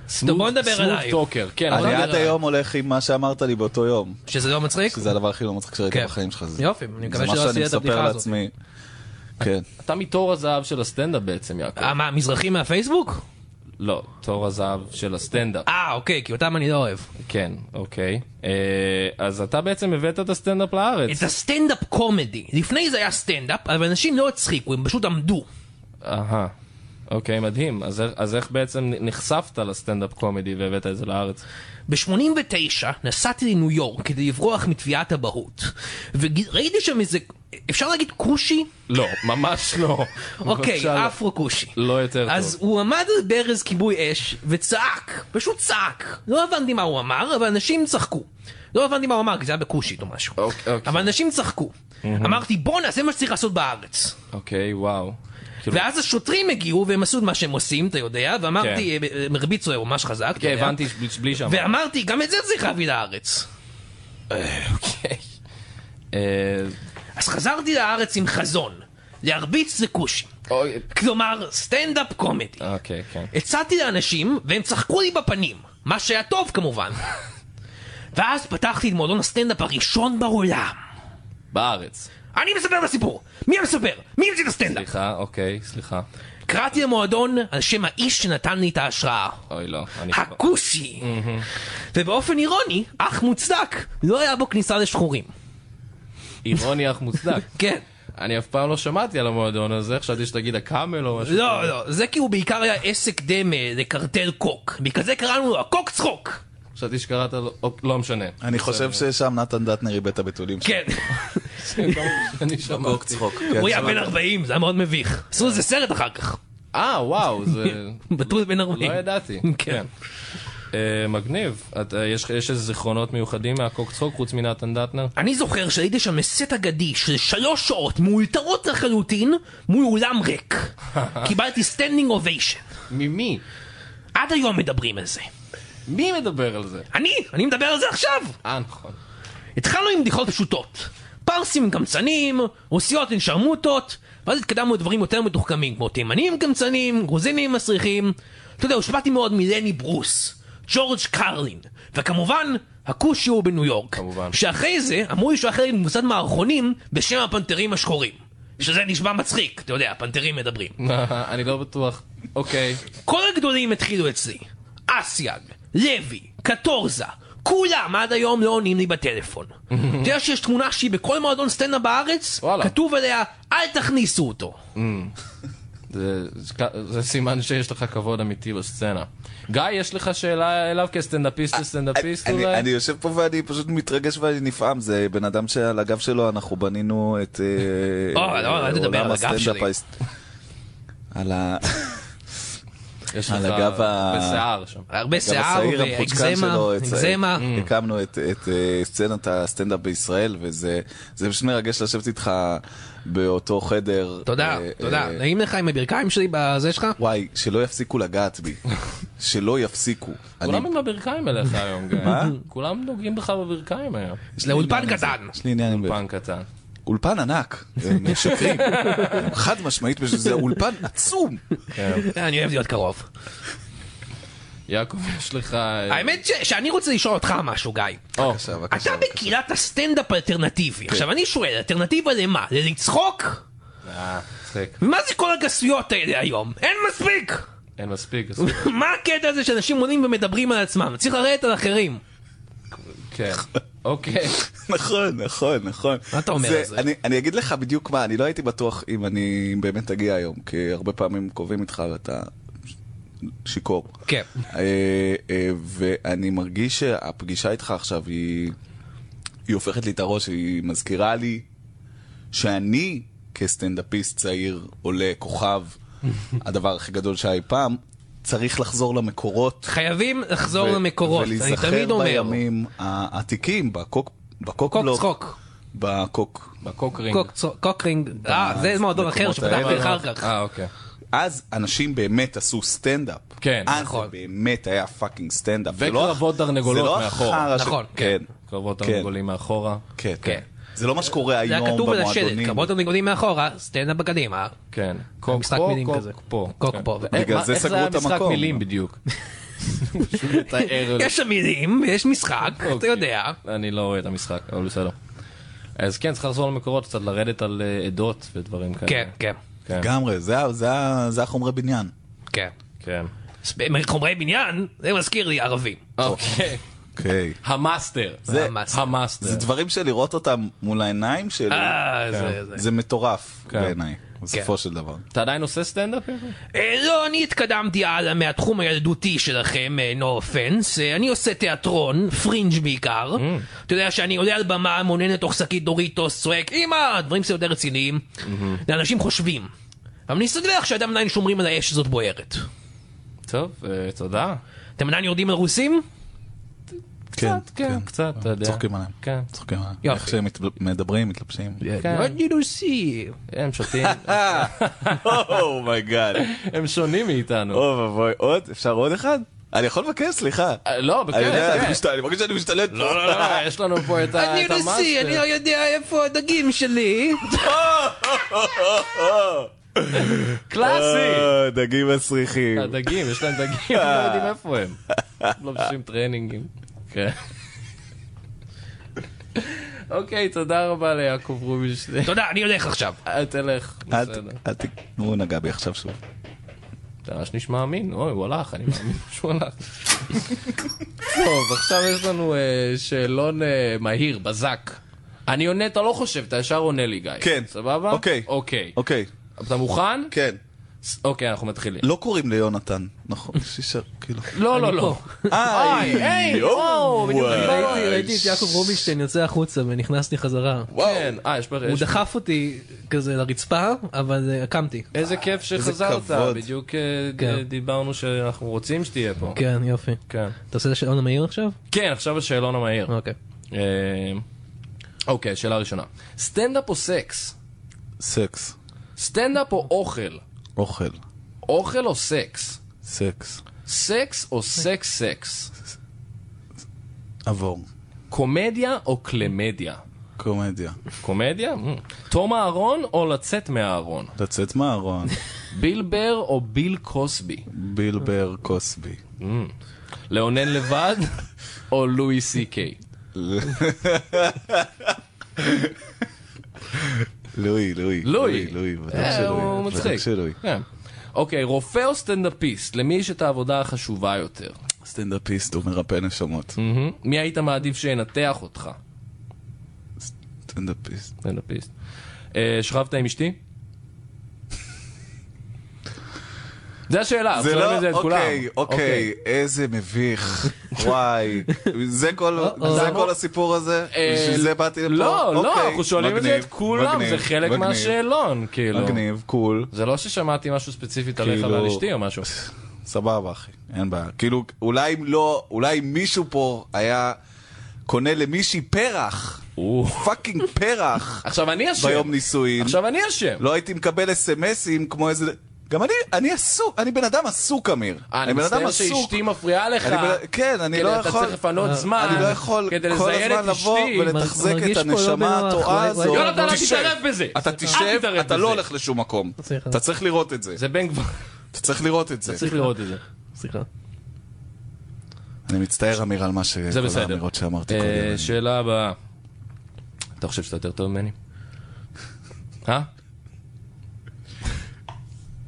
[SPEAKER 2] סמוב-
[SPEAKER 5] בוא נדבר
[SPEAKER 2] סמוב
[SPEAKER 5] עלייך.
[SPEAKER 2] טוקר, כן,
[SPEAKER 5] לא
[SPEAKER 2] אבל
[SPEAKER 4] אני
[SPEAKER 2] נדבר
[SPEAKER 4] עד
[SPEAKER 2] עלייך.
[SPEAKER 4] היום הולך עם מה שאמרת לי באותו יום.
[SPEAKER 5] שזה לא מצחיק?
[SPEAKER 4] שזה הדבר הכי לא מצחיק שראיתי
[SPEAKER 5] כן.
[SPEAKER 4] בחיים שלך. זה-
[SPEAKER 5] יופי, אני מקווה
[SPEAKER 4] זה מה
[SPEAKER 5] שלא עשית
[SPEAKER 4] שאני
[SPEAKER 5] את
[SPEAKER 4] מספר
[SPEAKER 5] הבדיחה הזאת.
[SPEAKER 4] לעצמי. כן.
[SPEAKER 2] אתה מתור הזהב של הסטנדאפ בעצם, יעקב.
[SPEAKER 5] אה, מה, מזרחים מהפייסבוק?
[SPEAKER 2] לא, תור הזהב של הסטנדאפ.
[SPEAKER 5] אה, אוקיי, כי אותם אני לא אוהב.
[SPEAKER 2] כן, אוקיי. אה, אז אתה בעצם הבאת את הסטנדאפ לארץ.
[SPEAKER 5] את הסטנדאפ קומדי. לפני זה היה סטנדאפ, אבל אנשים לא הצחיקו, הם פשוט עמדו.
[SPEAKER 2] אהה. אוקיי, מדהים. אז איך- אז איך בעצם נחשפת לסטנדאפ קומדי והבאת את זה לארץ?
[SPEAKER 5] ב-89 נסעתי לניו יורק כדי לברוח מתביעת אבהות. וראיתי שם איזה, אפשר להגיד כושי?
[SPEAKER 2] לא, ממש לא. בבקשה,
[SPEAKER 5] אוקיי,
[SPEAKER 2] לא.
[SPEAKER 5] אפרו כושי.
[SPEAKER 2] לא יותר
[SPEAKER 5] אז
[SPEAKER 2] טוב.
[SPEAKER 5] הוא עמד על ברז כיבוי אש וצעק, פשוט צעק. לא הבנתי מה הוא אמר, אבל אנשים צחקו. לא הבנתי מה הוא אמר, כי זה היה בקושית או משהו.
[SPEAKER 2] אוקיי, אוקיי.
[SPEAKER 5] אבל אנשים צחקו. אמרתי, בואנה, זה מה שצריך לעשות בארץ.
[SPEAKER 2] אוקיי, וואו. כאילו,
[SPEAKER 5] ואז השוטרים הגיעו והם עשו את מה שהם עושים, אתה יודע, ואמרתי, אה, הם הרביצו להם ממש חזק, אתה
[SPEAKER 2] כן,
[SPEAKER 5] יודע.
[SPEAKER 2] הבנתי שבלי- בלי שם.
[SPEAKER 5] ואמרתי, גם את זה צריך להביא לארץ.
[SPEAKER 2] אוקיי. אה,
[SPEAKER 5] אז חזרתי לארץ עם חזון, להרביץ לכושים.
[SPEAKER 2] אוי,
[SPEAKER 5] כלומר, סטנדאפ קומדי.
[SPEAKER 2] אוקיי, כן.
[SPEAKER 5] הצעתי לאנשים, והם צחקו לי בפנים, מה שהיה טוב כמובן. ואז פתחתי את מועדון הסטנדאפ הראשון בעולם.
[SPEAKER 2] בארץ.
[SPEAKER 5] אני מספר את הסיפור! מי המספר? מי המציא את הסטנדאפ?
[SPEAKER 2] סליחה, אוקיי, סליחה.
[SPEAKER 5] קראתי למועדון על שם האיש שנתן לי את ההשראה.
[SPEAKER 2] אוי, לא. אני כבר-
[SPEAKER 5] הכושי! ובאופן אירוני, אך מוצדק, לא היה בו כניסה לשחורים.
[SPEAKER 2] אירוני אך מוצדק.
[SPEAKER 5] כן.
[SPEAKER 2] אני אף פעם לא שמעתי על המועדון הזה, חשבתי שתגיד הקאמל או משהו.
[SPEAKER 5] לא, לא, זה כי הוא בעיקר היה עסק דמה לקרטל קוק. בגלל זה קראנו לו הקוק צחוק!
[SPEAKER 2] חשבתי שקראת לו, או- לא משנה.
[SPEAKER 4] אני חושב ששם נתן דטנר איבד את הבתולים שלו. כן,
[SPEAKER 5] כן.
[SPEAKER 2] אני שמעתי.
[SPEAKER 4] צחוק.
[SPEAKER 5] הוא היה בן 40, זה היה מאוד מביך. עשו איזה סרט אחר כך.
[SPEAKER 2] אה, וואו, זה...
[SPEAKER 5] בטוח בן 40.
[SPEAKER 2] לא ידעתי.
[SPEAKER 5] כן.
[SPEAKER 2] אה, מגניב. את- אה, יש יש איזה זיכרונות מיוחדים מהקוק צחוק חוץ מנתן דטנר?
[SPEAKER 5] אני זוכר שהייתי שם בסט אגדי של שלוש שעות מאולתרות לחלוטין מול אולם ריק. קיבלתי סטנדינג אוביישן.
[SPEAKER 2] ממי?
[SPEAKER 5] עד היום מדברים על זה.
[SPEAKER 2] מי מדבר על זה?
[SPEAKER 5] אני, אני מדבר על זה עכשיו!
[SPEAKER 2] אה, נכון.
[SPEAKER 5] התחלנו עם בדיחות פשוטות. פרסים עם קמצנים, רוסיות עם שרמוטות, ואז התקדמנו לדברים יותר מתוחכמים, כמו תימנים עם קמצנים, גרוזינים עם מסריחים. אתה יודע, הושפעתי מאוד מלני ברוס, ג'ורג' קרלין, וכמובן, הכושי הוא בניו יורק.
[SPEAKER 2] כמובן.
[SPEAKER 5] שאחרי זה, אמרו לי שהוא אחרי קבוצת מערכונים בשם הפנתרים השחורים. שזה נשמע מצחיק, אתה יודע, הפנתרים מדברים.
[SPEAKER 2] אני לא בטוח. אוקיי.
[SPEAKER 5] כל הגדולים התחילו אצלי. אסיאג, לוי, קטורזה, כולם עד היום לא עונים לי בטלפון. אתה יודע שיש תמונה שהיא בכל מועדון סטנדאפ בארץ?
[SPEAKER 2] וואלה.
[SPEAKER 5] כתוב עליה, אל תכניסו אותו.
[SPEAKER 2] זה- זה כ- זה סימן שיש לך כבוד אמיתי לסצנה. גיא, יש לך שאלה אליו כסטנדאפיסט לסטנדאפיסט
[SPEAKER 4] אה, אני-
[SPEAKER 2] אולי?
[SPEAKER 4] אני יושב פה ואני פשוט מתרגש ואני נפעם, זה בן אדם שעל הגב שלו אנחנו בנינו את אה,
[SPEAKER 5] או, לא, אל תדבר
[SPEAKER 4] עולם
[SPEAKER 5] על הגב
[SPEAKER 4] הסטנדאפ
[SPEAKER 5] שלי.
[SPEAKER 4] ההיסט- על ה-
[SPEAKER 2] יש
[SPEAKER 4] על
[SPEAKER 2] לך
[SPEAKER 4] הגב ה-
[SPEAKER 2] בשיער שם.
[SPEAKER 5] הרבה
[SPEAKER 4] גם
[SPEAKER 5] שיער
[SPEAKER 4] השעיר המחוצקן
[SPEAKER 5] ואקזמה,
[SPEAKER 4] שלו, אה, את-
[SPEAKER 5] אקזמה. Mm.
[SPEAKER 4] הקמנו את את, אה, סצנת הסטנדאפ בישראל, וזה זה פשוט מרגש לשבת איתך באותו חדר.
[SPEAKER 5] תודה,
[SPEAKER 4] אה,
[SPEAKER 5] תודה.
[SPEAKER 4] אה,
[SPEAKER 5] נעים לך עם הברכיים שלי בזה שלך?
[SPEAKER 4] וואי, שלא יפסיקו לגעת בי. שלא יפסיקו. אני-
[SPEAKER 2] כולם עם הברכיים אליך היום, גיא.
[SPEAKER 4] מה?
[SPEAKER 2] כולם נוגעים בך בברכיים היום.
[SPEAKER 5] זה אולפן
[SPEAKER 4] אה,
[SPEAKER 5] קטן.
[SPEAKER 4] יש לי עניין עם
[SPEAKER 2] פן קטן.
[SPEAKER 4] אולפן ענק, הם משקרים, הם חד משמעית, זה אולפן עצום. אה,
[SPEAKER 5] אני אוהב להיות קרוב.
[SPEAKER 2] יעקב, יש לך... אה,
[SPEAKER 5] האמת ש- שאני רוצה לשאול אותך משהו, גיא.
[SPEAKER 4] אה,
[SPEAKER 2] או,
[SPEAKER 4] בבקשה, בבקשה.
[SPEAKER 5] אתה
[SPEAKER 4] כן.
[SPEAKER 5] בקהילת הסטנדאפ האלטרנטיבי. עכשיו אני שואל, אלטרנטיבה למה? לצחוק?
[SPEAKER 2] אה, מצחיק.
[SPEAKER 5] ומה זה כל הגסויות האלה היום? אין מספיק!
[SPEAKER 2] אין מספיק. אז-
[SPEAKER 5] מה הקטע הזה שאנשים עולים ומדברים על עצמם? צריך לרדת על אחרים.
[SPEAKER 2] כן. אוקיי.
[SPEAKER 4] נכון, נכון, נכון.
[SPEAKER 5] מה אתה אומר על זה?
[SPEAKER 4] אני- אני אגיד לך בדיוק מה, אני לא הייתי בטוח אם אני באמת אגיע היום, כי הרבה פעמים קובעים איתך ואתה שיכור.
[SPEAKER 5] כן.
[SPEAKER 4] אה, אה, ואני מרגיש שהפגישה איתך עכשיו היא... היא הופכת לי את הראש, היא מזכירה לי שאני כסטנדאפיסט צעיר, עולה, כוכב, הדבר הכי גדול שהיה אי פעם, צריך לחזור למקורות.
[SPEAKER 5] חייבים לחזור
[SPEAKER 4] ו-
[SPEAKER 5] למקורות, אני תמיד אומר.
[SPEAKER 4] ולהיזכר בימים לא העתיקים, בקוק, בקוק,
[SPEAKER 5] קוק
[SPEAKER 4] בלוק,
[SPEAKER 5] צחוק.
[SPEAKER 4] בקוק.
[SPEAKER 2] בקוקרינג.
[SPEAKER 5] קוק צחוק, קוקרינג. אה, זה
[SPEAKER 4] אז
[SPEAKER 5] מועדון אחר
[SPEAKER 4] מקומות
[SPEAKER 5] שפתחתי
[SPEAKER 4] האלה.
[SPEAKER 5] אחר כך.
[SPEAKER 2] אה, אוקיי.
[SPEAKER 4] אז אנשים באמת עשו סטנדאפ.
[SPEAKER 2] כן,
[SPEAKER 4] אז
[SPEAKER 5] נכון.
[SPEAKER 4] אז זה באמת היה פאקינג סטנדאפ. זה לא-
[SPEAKER 2] וקרבות תרנגולות
[SPEAKER 4] זה לא
[SPEAKER 2] מאחורה.
[SPEAKER 4] החרא של-
[SPEAKER 5] נכון,
[SPEAKER 4] כן.
[SPEAKER 2] קרבות
[SPEAKER 4] כן.
[SPEAKER 2] המוגולים מאחורה.
[SPEAKER 4] כן,
[SPEAKER 5] כן.
[SPEAKER 4] כן. זה לא מה שקורה
[SPEAKER 5] זה
[SPEAKER 4] היום
[SPEAKER 5] היה כתוב על השלט,
[SPEAKER 4] במועדונים.
[SPEAKER 5] קרבות המגונים מאחורה, סטנדאפ בקדימה.
[SPEAKER 2] כן. קוק
[SPEAKER 5] משחק
[SPEAKER 2] פה,
[SPEAKER 5] מילים
[SPEAKER 2] קוק
[SPEAKER 5] כזה.
[SPEAKER 2] פה.
[SPEAKER 5] קוק
[SPEAKER 2] כן.
[SPEAKER 5] פה.
[SPEAKER 2] אה,
[SPEAKER 4] בגלל
[SPEAKER 2] מה-
[SPEAKER 4] זה
[SPEAKER 2] איך
[SPEAKER 4] סגרו
[SPEAKER 2] היה
[SPEAKER 4] את
[SPEAKER 2] משחק
[SPEAKER 4] המקום.
[SPEAKER 2] מילים בדיוק. פשוט מתאר לי.
[SPEAKER 5] יש שם מילים, יש משחק, אתה
[SPEAKER 2] אוקיי.
[SPEAKER 5] יודע.
[SPEAKER 2] אני לא רואה את המשחק, אבל בסדר. אז כן, צריך לחזור למקורות קצת, לרדת על אה, עדות ודברים כאלה.
[SPEAKER 5] כן, כן,
[SPEAKER 2] כן.
[SPEAKER 4] לגמרי, זה ה- זה ה- זה החומרי בניין.
[SPEAKER 5] כן.
[SPEAKER 2] כן.
[SPEAKER 5] חומרי בניין, זה מזכיר לי ערבים.
[SPEAKER 2] אוקיי.
[SPEAKER 4] אוקיי.
[SPEAKER 2] המאסטר.
[SPEAKER 4] זה-
[SPEAKER 2] המאסטר.
[SPEAKER 4] זה דברים של לראות אותם מול העיניים שלי,
[SPEAKER 5] אה, זה... זה.
[SPEAKER 4] זה מטורף
[SPEAKER 2] כן.
[SPEAKER 4] בעיניי, בסופו של דבר.
[SPEAKER 2] אתה עדיין עושה סטנדאפ? יפה?
[SPEAKER 5] אה, לא, אני התקדמתי הלאה מהתחום הילדותי שלכם, אה, no offense. אה, אני עושה תיאטרון, פרינג' בעיקר.
[SPEAKER 2] Mm.
[SPEAKER 5] אתה יודע שאני עולה על במה, מונן לתוך שקית דוריטוס, צועק, אמא, דברים קצת יותר רציניים.
[SPEAKER 2] Mm-hmm.
[SPEAKER 5] לאנשים חושבים. אבל אני שמח שאתם עדיין שומרים על האש הזאת בוערת.
[SPEAKER 2] טוב, אה, תודה.
[SPEAKER 5] אתם עדיין יורדים על רוסים?
[SPEAKER 4] כן,
[SPEAKER 2] קצת, כן, קצת, אתה יודע.
[SPEAKER 4] צוחקים עליהם.
[SPEAKER 2] כן.
[SPEAKER 4] צוחקים עליהם.
[SPEAKER 5] יופי.
[SPEAKER 4] איך שהם מת- מדברים, מתלבשים. אה!
[SPEAKER 2] כן.
[SPEAKER 5] אני רוסי.
[SPEAKER 2] הם שותים,
[SPEAKER 4] Oh אומייגאד.
[SPEAKER 2] הם שונים מאיתנו.
[SPEAKER 4] אוי ואבוי, עוד? אפשר עוד אחד? אני יכול לבקש? סליחה.
[SPEAKER 2] אה, לא, בכיף.
[SPEAKER 4] אני יודע,
[SPEAKER 2] כן.
[SPEAKER 4] אני משת- אני מרגיש שאני משתלט.
[SPEAKER 2] לא, לא, לא, יש לנו פה את ה-
[SPEAKER 5] אני
[SPEAKER 2] את המאסטר.
[SPEAKER 5] רוסי, אני לא יודע איפה הדגים שלי.
[SPEAKER 2] קלאסי!
[SPEAKER 4] אה, דגים מסריחים.
[SPEAKER 2] הדגים, יש להם אה, דגים, לא יודעים איפה הם. לובשים טרנינגים. כן. אוקיי, תודה רבה ליעקב רובינשטיין.
[SPEAKER 5] תודה, אני הולך עכשיו.
[SPEAKER 2] אה, תלך,
[SPEAKER 4] אל-
[SPEAKER 2] בסדר.
[SPEAKER 4] אל ת... הוא נגע בי עכשיו שוב.
[SPEAKER 2] אתה ממש נשמע אמין, אוי, הוא הלך, אני מאמין שהוא הלך. טוב, עכשיו יש לנו אה, שאלון אה, מהיר, בזק. אני עונה, אתה לא חושב, אתה ישר עונה לי, גיא.
[SPEAKER 4] כן.
[SPEAKER 2] סבבה?
[SPEAKER 4] אוקיי.
[SPEAKER 2] אוקיי.
[SPEAKER 4] אוקיי,
[SPEAKER 2] אתה מוכן?
[SPEAKER 4] כן.
[SPEAKER 2] ס- אוקיי, אנחנו מתחילים.
[SPEAKER 4] לא קוראים ליונתן, נכון? שישה, כאילו.
[SPEAKER 2] לא, לא, לא.
[SPEAKER 4] היי,
[SPEAKER 2] היי,
[SPEAKER 4] יואו,
[SPEAKER 2] וואו, בדיוק
[SPEAKER 4] וואי.
[SPEAKER 3] ראיתי ראיתי את יעקב רובינשטיין יוצא החוצה ונכנסתי חזרה.
[SPEAKER 4] וואו.
[SPEAKER 2] כן, אה, אה, יש
[SPEAKER 3] הוא
[SPEAKER 2] ברשת.
[SPEAKER 3] דחף אותי כזה לרצפה, אבל אה, קמתי.
[SPEAKER 2] איזה כיף שחזרת,
[SPEAKER 4] כבוד.
[SPEAKER 2] בדיוק אה, ד-
[SPEAKER 3] כן.
[SPEAKER 2] דיברנו שאנחנו רוצים שתהיה פה.
[SPEAKER 3] כן, יופי.
[SPEAKER 2] כן.
[SPEAKER 3] אתה עושה את השאלון המהיר עכשיו?
[SPEAKER 2] כן, עכשיו השאלון המהיר.
[SPEAKER 3] אוקיי.
[SPEAKER 2] אה, אוקיי, שאלה ראשונה. סטנדאפ או סקס?
[SPEAKER 4] סקס,
[SPEAKER 2] סטנדאפ או אוכל?
[SPEAKER 4] אוכל,
[SPEAKER 2] אוכל או סקס?
[SPEAKER 4] סקס,
[SPEAKER 2] סקס או סקס סקס?
[SPEAKER 4] עבור,
[SPEAKER 2] קומדיה או קלמדיה?
[SPEAKER 4] קומדיה, Mm.
[SPEAKER 2] קומדיה? אמ. תום אהרון או לצאת מהארון?
[SPEAKER 4] לצאת מהארון,
[SPEAKER 2] ביל בר או ביל קוסבי?
[SPEAKER 4] ביל בר קוסבי.
[SPEAKER 2] לאונן לבד או לואי סי קיי?
[SPEAKER 4] לואי, לואי.
[SPEAKER 2] לואי.
[SPEAKER 4] לואי, בטח
[SPEAKER 2] אה,
[SPEAKER 4] שלואי.
[SPEAKER 2] הוא
[SPEAKER 4] בטח
[SPEAKER 2] מצחיק.
[SPEAKER 4] שלואי.
[SPEAKER 2] כן. אוקיי, רופא או סטנדאפיסט? למי יש את העבודה החשובה יותר?
[SPEAKER 4] סטנדאפיסט, הוא מרפא נשמות.
[SPEAKER 2] מהמם. מי היית מעדיף שינתח אותך?
[SPEAKER 4] סטנדאפיסט.
[SPEAKER 2] סטנדאפיסט. אה, שכבת עם אשתי? זה השאלה,
[SPEAKER 4] זה
[SPEAKER 2] אנחנו שואלים את
[SPEAKER 4] לא,
[SPEAKER 2] את כולם.
[SPEAKER 4] אוקיי, אוקיי, איזה מביך, וואי, זה כל זה כל הסיפור הזה?
[SPEAKER 2] אה,
[SPEAKER 4] בשביל זה באתי לפה?
[SPEAKER 2] לא, לא,
[SPEAKER 4] אוקיי,
[SPEAKER 2] אנחנו שואלים את זה את
[SPEAKER 4] מגניב,
[SPEAKER 2] כולם,
[SPEAKER 4] מגניב,
[SPEAKER 2] זה חלק
[SPEAKER 4] מגניב,
[SPEAKER 2] מהשאלון, כאילו.
[SPEAKER 4] מגניב, קול,
[SPEAKER 2] זה לא ששמעתי משהו ספציפית עליך
[SPEAKER 4] כאילו-
[SPEAKER 2] ועל אשתי או משהו.
[SPEAKER 4] סבבה אחי, אין בעיה. כאילו, אולי אם לא, אולי אם מישהו פה היה קונה למישהי פרח,
[SPEAKER 2] או.
[SPEAKER 4] פאקינג פרח,
[SPEAKER 2] עכשיו אני אשם.
[SPEAKER 4] ביום נישואין,
[SPEAKER 2] כן. עכשיו אני אשם.
[SPEAKER 4] לא הייתי מקבל אסמסים כמו איזה... גם אני, אני עסוק, אני בן אדם עסוק, אמיר.
[SPEAKER 2] אה, אני
[SPEAKER 4] בן אדם
[SPEAKER 2] מצטער
[SPEAKER 4] עסוק.
[SPEAKER 2] שאשתי מפריעה לך.
[SPEAKER 4] אני בן- כן, אני
[SPEAKER 2] כדי-
[SPEAKER 4] לא
[SPEAKER 2] אתה
[SPEAKER 4] יכול-
[SPEAKER 2] צריך לפנות זמן.
[SPEAKER 4] אני לא יכול
[SPEAKER 2] כדי
[SPEAKER 4] כל
[SPEAKER 2] לזיין את
[SPEAKER 4] הזמן לבוא
[SPEAKER 2] אשתי.
[SPEAKER 4] ולתחזק
[SPEAKER 3] מרגיש
[SPEAKER 4] את
[SPEAKER 3] פה לא
[SPEAKER 4] הנשמה
[SPEAKER 3] בנוח,
[SPEAKER 4] הטועה
[SPEAKER 3] אולי-
[SPEAKER 4] הזו.
[SPEAKER 2] יונתן, אל
[SPEAKER 4] תשב.
[SPEAKER 2] תתערב בזה.
[SPEAKER 4] אתה
[SPEAKER 2] אל
[SPEAKER 4] תשב,
[SPEAKER 2] תתערב
[SPEAKER 4] אתה לא
[SPEAKER 2] בזה.
[SPEAKER 4] הולך לשום מקום.
[SPEAKER 3] סליחה.
[SPEAKER 4] אתה צריך לראות את זה.
[SPEAKER 2] זה בן גביר.
[SPEAKER 4] אתה צריך לראות את זה.
[SPEAKER 2] צריך לראות את זה.
[SPEAKER 3] סליחה.
[SPEAKER 4] אני מצטער, אמיר, על מה ש...
[SPEAKER 2] זה בסדר.
[SPEAKER 4] כל האמירות שאמרתי
[SPEAKER 2] אה,
[SPEAKER 4] קודם.
[SPEAKER 2] שאלה הבאה. אתה חושב שאתה יותר טוב ממני? אה?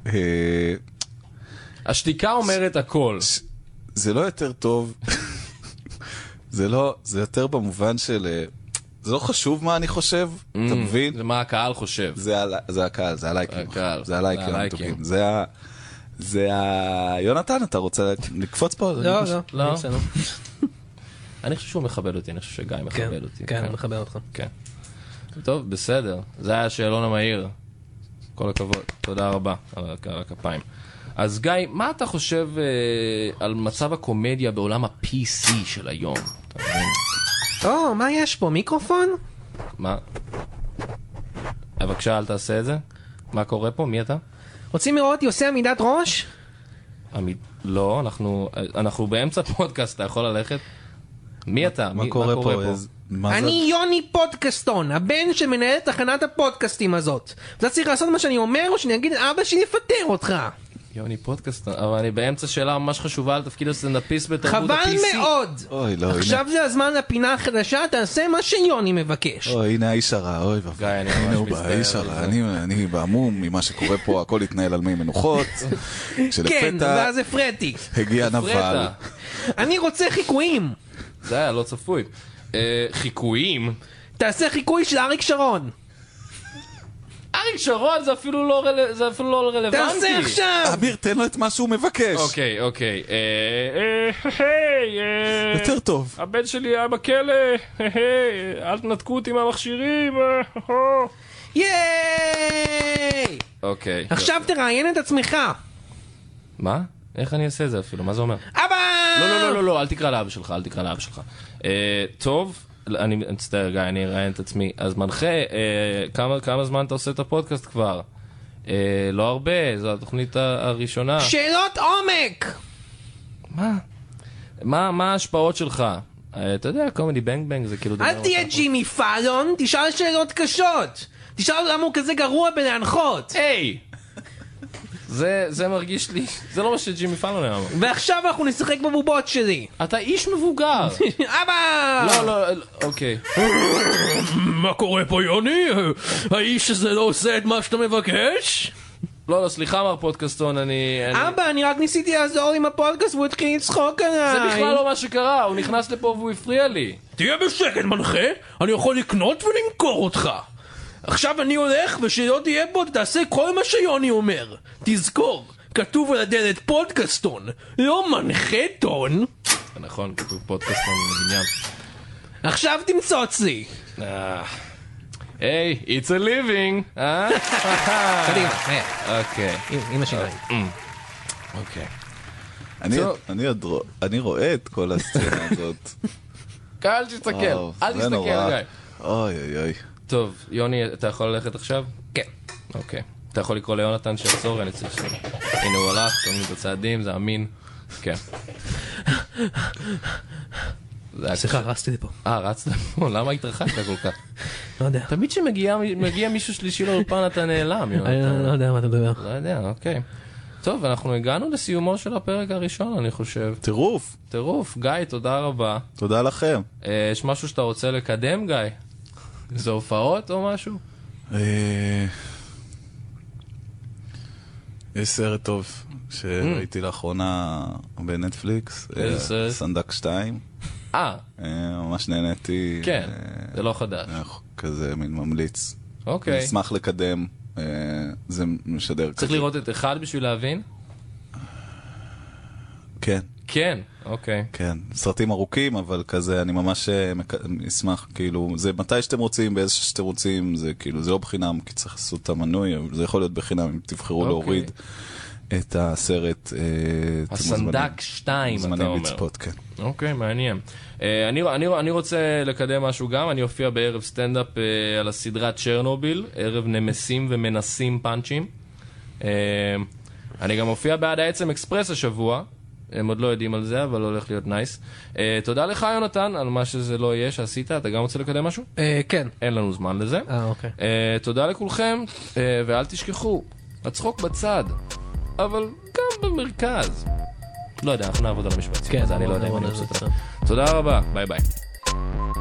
[SPEAKER 4] אה,
[SPEAKER 2] השתיקה אומרת הכל.
[SPEAKER 4] זה לא יותר טוב. זה לא, זה יותר במובן של... אה, זה לא חשוב מה אני חושב, אתה מבין?
[SPEAKER 2] Mm. זה מה הקהל חושב.
[SPEAKER 4] זה על- זה הקהל, זה הלייקים.
[SPEAKER 2] הקהל,
[SPEAKER 4] זה הלייקים
[SPEAKER 2] זה הלייקים.
[SPEAKER 4] הטובים. זה ה... זה ה... יונתן, אתה רוצה לקפוץ פה?
[SPEAKER 3] לא, לא.
[SPEAKER 2] לא?
[SPEAKER 3] אני בסדר.
[SPEAKER 2] אני חושב שהוא מכבד אותי, אני חושב שגיא
[SPEAKER 3] כן,
[SPEAKER 2] מכבד אותי.
[SPEAKER 3] כן, אני מכבד אותך.
[SPEAKER 2] כן. טוב, בסדר. זה היה השאלון המהיר. כל הכבוד. תודה רבה על הכ- על הכפיים. אז גיא, מה אתה חושב אה, על מצב הקומדיה בעולם ה-PC של היום? אתה מבין?
[SPEAKER 3] או, מה יש פה? מיקרופון?
[SPEAKER 2] מה? אה, בבקשה, אל תעשה את זה. מה קורה פה? מי אתה?
[SPEAKER 3] רוצים לראות אותי עושה עמידת ראש?
[SPEAKER 2] עמית. לא, אנחנו אנחנו באמצע פודקאסט, אתה יכול ללכת? מי אתה?
[SPEAKER 4] מה
[SPEAKER 2] מי-
[SPEAKER 4] קורה פה? איזה- מה זה-
[SPEAKER 3] אני יוני פודקסטון, הבן שמנהל תחנת הפודקאסטים הזאת. אתה צריך לעשות מה שאני אומר, או שאני אגיד לאבא שלי לפטר אותך.
[SPEAKER 2] יוני פודקאסט, אבל אני באמצע שאלה ממש חשובה על תפקיד הסטנדאפיסט בתרבות ה-PC.
[SPEAKER 5] חבל מאוד!
[SPEAKER 4] אוי, לא,
[SPEAKER 5] עכשיו זה הזמן לפינה החדשה, תעשה מה שיוני מבקש.
[SPEAKER 4] אוי, הנה האיש הרע, אוי ואבוי.
[SPEAKER 2] גיא, אני ממש
[SPEAKER 4] הנה הוא
[SPEAKER 2] מצטער.
[SPEAKER 4] בא, האיש הרע, אני- אני בהמום ממה שקורה פה, הכל התנהל על מי מנוחות.
[SPEAKER 5] כן,
[SPEAKER 4] כשלפתע
[SPEAKER 5] ואז הפרעתי.
[SPEAKER 4] הגיע נבל.
[SPEAKER 2] הפרטה.
[SPEAKER 5] אני רוצה חיקויים.
[SPEAKER 2] זה היה לא צפוי. אה, חיקויים?
[SPEAKER 5] תעשה חיקוי של אריק שרון.
[SPEAKER 2] אריק שרון זה אפילו לא רל- זה אפילו לא רלוונטי.
[SPEAKER 5] תעשה עכשיו!
[SPEAKER 4] אביר, תן לו את מה שהוא מבקש.
[SPEAKER 2] אוקיי, אוקיי. אה, אה, היי, אה,
[SPEAKER 4] יותר טוב.
[SPEAKER 2] הבן שלי היה בכלא, היי, היי, אל תנתקו אותי מהמכשירים. אה, הו.
[SPEAKER 5] ייי!
[SPEAKER 2] אוקיי.
[SPEAKER 5] עכשיו תראיין את עצמך.
[SPEAKER 2] מה? איך אני אעשה את זה אפילו? מה זה אומר?
[SPEAKER 5] אבא!
[SPEAKER 2] לא, לא, לא, לא, לא, אל תקרא לאבא שלך, אל תקרא לאבא שלך. אה, טוב, אני מצטער, גיא, אני אראיין את עצמי. אז מנחה, אה, כמה- כמה זמן אתה עושה את הפודקאסט כבר? אה, לא הרבה, זו התוכנית ה- הראשונה.
[SPEAKER 5] שאלות עומק!
[SPEAKER 2] מה? מה מה ההשפעות שלך? אה, אתה יודע, קומדי בנג בנג זה כאילו...
[SPEAKER 5] אל
[SPEAKER 2] דבר
[SPEAKER 5] תהיה
[SPEAKER 2] אותך.
[SPEAKER 5] ג'ימי פאלון, תשאל שאלות קשות. תשאל אותו למה הוא כזה גרוע בלהנחות.
[SPEAKER 2] היי! זה זה מרגיש לי, זה לא מה שג'ימי פאלון היה אמר.
[SPEAKER 5] ועכשיו אנחנו נשחק בבובות שלי.
[SPEAKER 2] אתה איש מבוגר!
[SPEAKER 5] אבא!
[SPEAKER 2] לא, לא, לא, אוקיי.
[SPEAKER 5] מה קורה פה יוני? האיש הזה לא עושה את מה שאתה מבקש?
[SPEAKER 2] לא, לא, סליחה, מר פודקאסטון, אני... אני-
[SPEAKER 5] אבא, אני רק ניסיתי לעזור עם הפודקאסט והוא התחיל לצחוק עליי.
[SPEAKER 2] זה בכלל לא מה שקרה, הוא נכנס לפה והוא הפריע לי.
[SPEAKER 5] תהיה בשקט מנחה, אני יכול לקנות ולמכור אותך. עכשיו אני הולך, ושלא תהיה פה, תעשה כל מה שיוני אומר. תזכור, כתוב על הדלת פודקאסטון, לא מנחתון.
[SPEAKER 2] נכון, כתוב פודקאסט בבניין.
[SPEAKER 5] עכשיו תמצוץ לי.
[SPEAKER 2] אה, היי, it's a living, אה?
[SPEAKER 5] קדימה,
[SPEAKER 2] אוקיי.
[SPEAKER 5] עם השיניים.
[SPEAKER 2] אוקיי.
[SPEAKER 4] אני-
[SPEAKER 2] טוב.
[SPEAKER 4] אני עוד רוא- אני רואה את כל הסצנה הזאת.
[SPEAKER 2] כן, אל תסתכל,
[SPEAKER 4] וואו,
[SPEAKER 2] אל
[SPEAKER 4] זה נורא.
[SPEAKER 2] תסתכל, גיא.
[SPEAKER 4] אוי אוי אוי.
[SPEAKER 2] טוב, יוני, אתה יכול ללכת עכשיו?
[SPEAKER 5] כן.
[SPEAKER 2] אוקיי. אתה יכול לקרוא ליונתן שיחזור, אני צריך... ש- הנה הוא הלך, שומעים את הצעדים, זה אמין. כן. זה היה
[SPEAKER 5] סליחה,
[SPEAKER 2] קשה.
[SPEAKER 5] רצתי לפה.
[SPEAKER 2] אה, רצת? למה התרחקת כל כך?
[SPEAKER 5] לא יודע.
[SPEAKER 2] תמיד כשמגיע מישהו שלישי לאולפן אתה נעלם,
[SPEAKER 5] אני
[SPEAKER 2] יונתן.
[SPEAKER 5] לא לא יודע מה אתה מדבר.
[SPEAKER 2] לא יודע, אוקיי. טוב, אנחנו הגענו לסיומו של הפרק הראשון, אני חושב.
[SPEAKER 4] טירוף,
[SPEAKER 2] טירוף, גיא, תודה רבה.
[SPEAKER 4] תודה לכם.
[SPEAKER 2] אה, יש משהו שאתה רוצה לקדם, גיא? זה הופעות או משהו?
[SPEAKER 4] אה, יש סרט טוב שראיתי לאחרונה בנטפליקס,
[SPEAKER 2] Mm. איזה
[SPEAKER 4] אה,
[SPEAKER 2] סרט?
[SPEAKER 4] סנדק 2,
[SPEAKER 2] אה,
[SPEAKER 4] ממש נהניתי.
[SPEAKER 2] כן,
[SPEAKER 4] אה,
[SPEAKER 2] זה לא חדש.
[SPEAKER 4] אה, כזה מין ממליץ.
[SPEAKER 2] אוקיי.
[SPEAKER 4] אני אשמח לקדם, אה, זה משדר.
[SPEAKER 2] צריך
[SPEAKER 4] כזה.
[SPEAKER 2] לראות את אחד בשביל להבין?
[SPEAKER 4] כן,
[SPEAKER 2] כן, אוקיי.
[SPEAKER 4] כן. סרטים ארוכים, אבל כזה, אני ממש אה, מק- אשמח, כאילו, זה מתי שאתם רוצים, באיזה שעה שאתם רוצים, זה כאילו, זה לא בחינם, כי צריך לעשות את המנוי, אבל זה יכול להיות בחינם, אם תבחרו
[SPEAKER 2] אוקיי.
[SPEAKER 4] להוריד את הסרט. אה, אתם מוזמנים-
[SPEAKER 2] הסנדק 2, אתה
[SPEAKER 4] מוזמנים
[SPEAKER 2] אומר.
[SPEAKER 4] לצפות, כן.
[SPEAKER 2] אוקיי, מעניין. אה, אני, אני, אני רוצה לקדם משהו גם, אני אופיע בערב סטנדאפ אה, על הסדרה צ'רנוביל, ערב נמסים ומנסים פאנצ'ים. אה, אני גם אופיע בעד העצם אקספרס השבוע, הם עוד לא יודעים על זה, אבל הולך להיות נייס. אה, תודה לך, יונתן, על מה שזה לא יהיה שעשית, אתה גם רוצה לקדם משהו?
[SPEAKER 5] כן.
[SPEAKER 2] אין לנו זמן לזה.
[SPEAKER 5] אה, אוקיי.
[SPEAKER 2] אה, תודה לכולכם, אה, ואל תשכחו, הצחוק בצד, אבל גם במרכז. לא יודע, אנחנו נעבוד על המשבצים,
[SPEAKER 5] כן,
[SPEAKER 2] אז אני לא
[SPEAKER 5] נעבוד-
[SPEAKER 2] יודע אם אני
[SPEAKER 5] נעבוד על
[SPEAKER 2] עושה את
[SPEAKER 5] זה.
[SPEAKER 2] זה. תודה רבה, ביי ביי.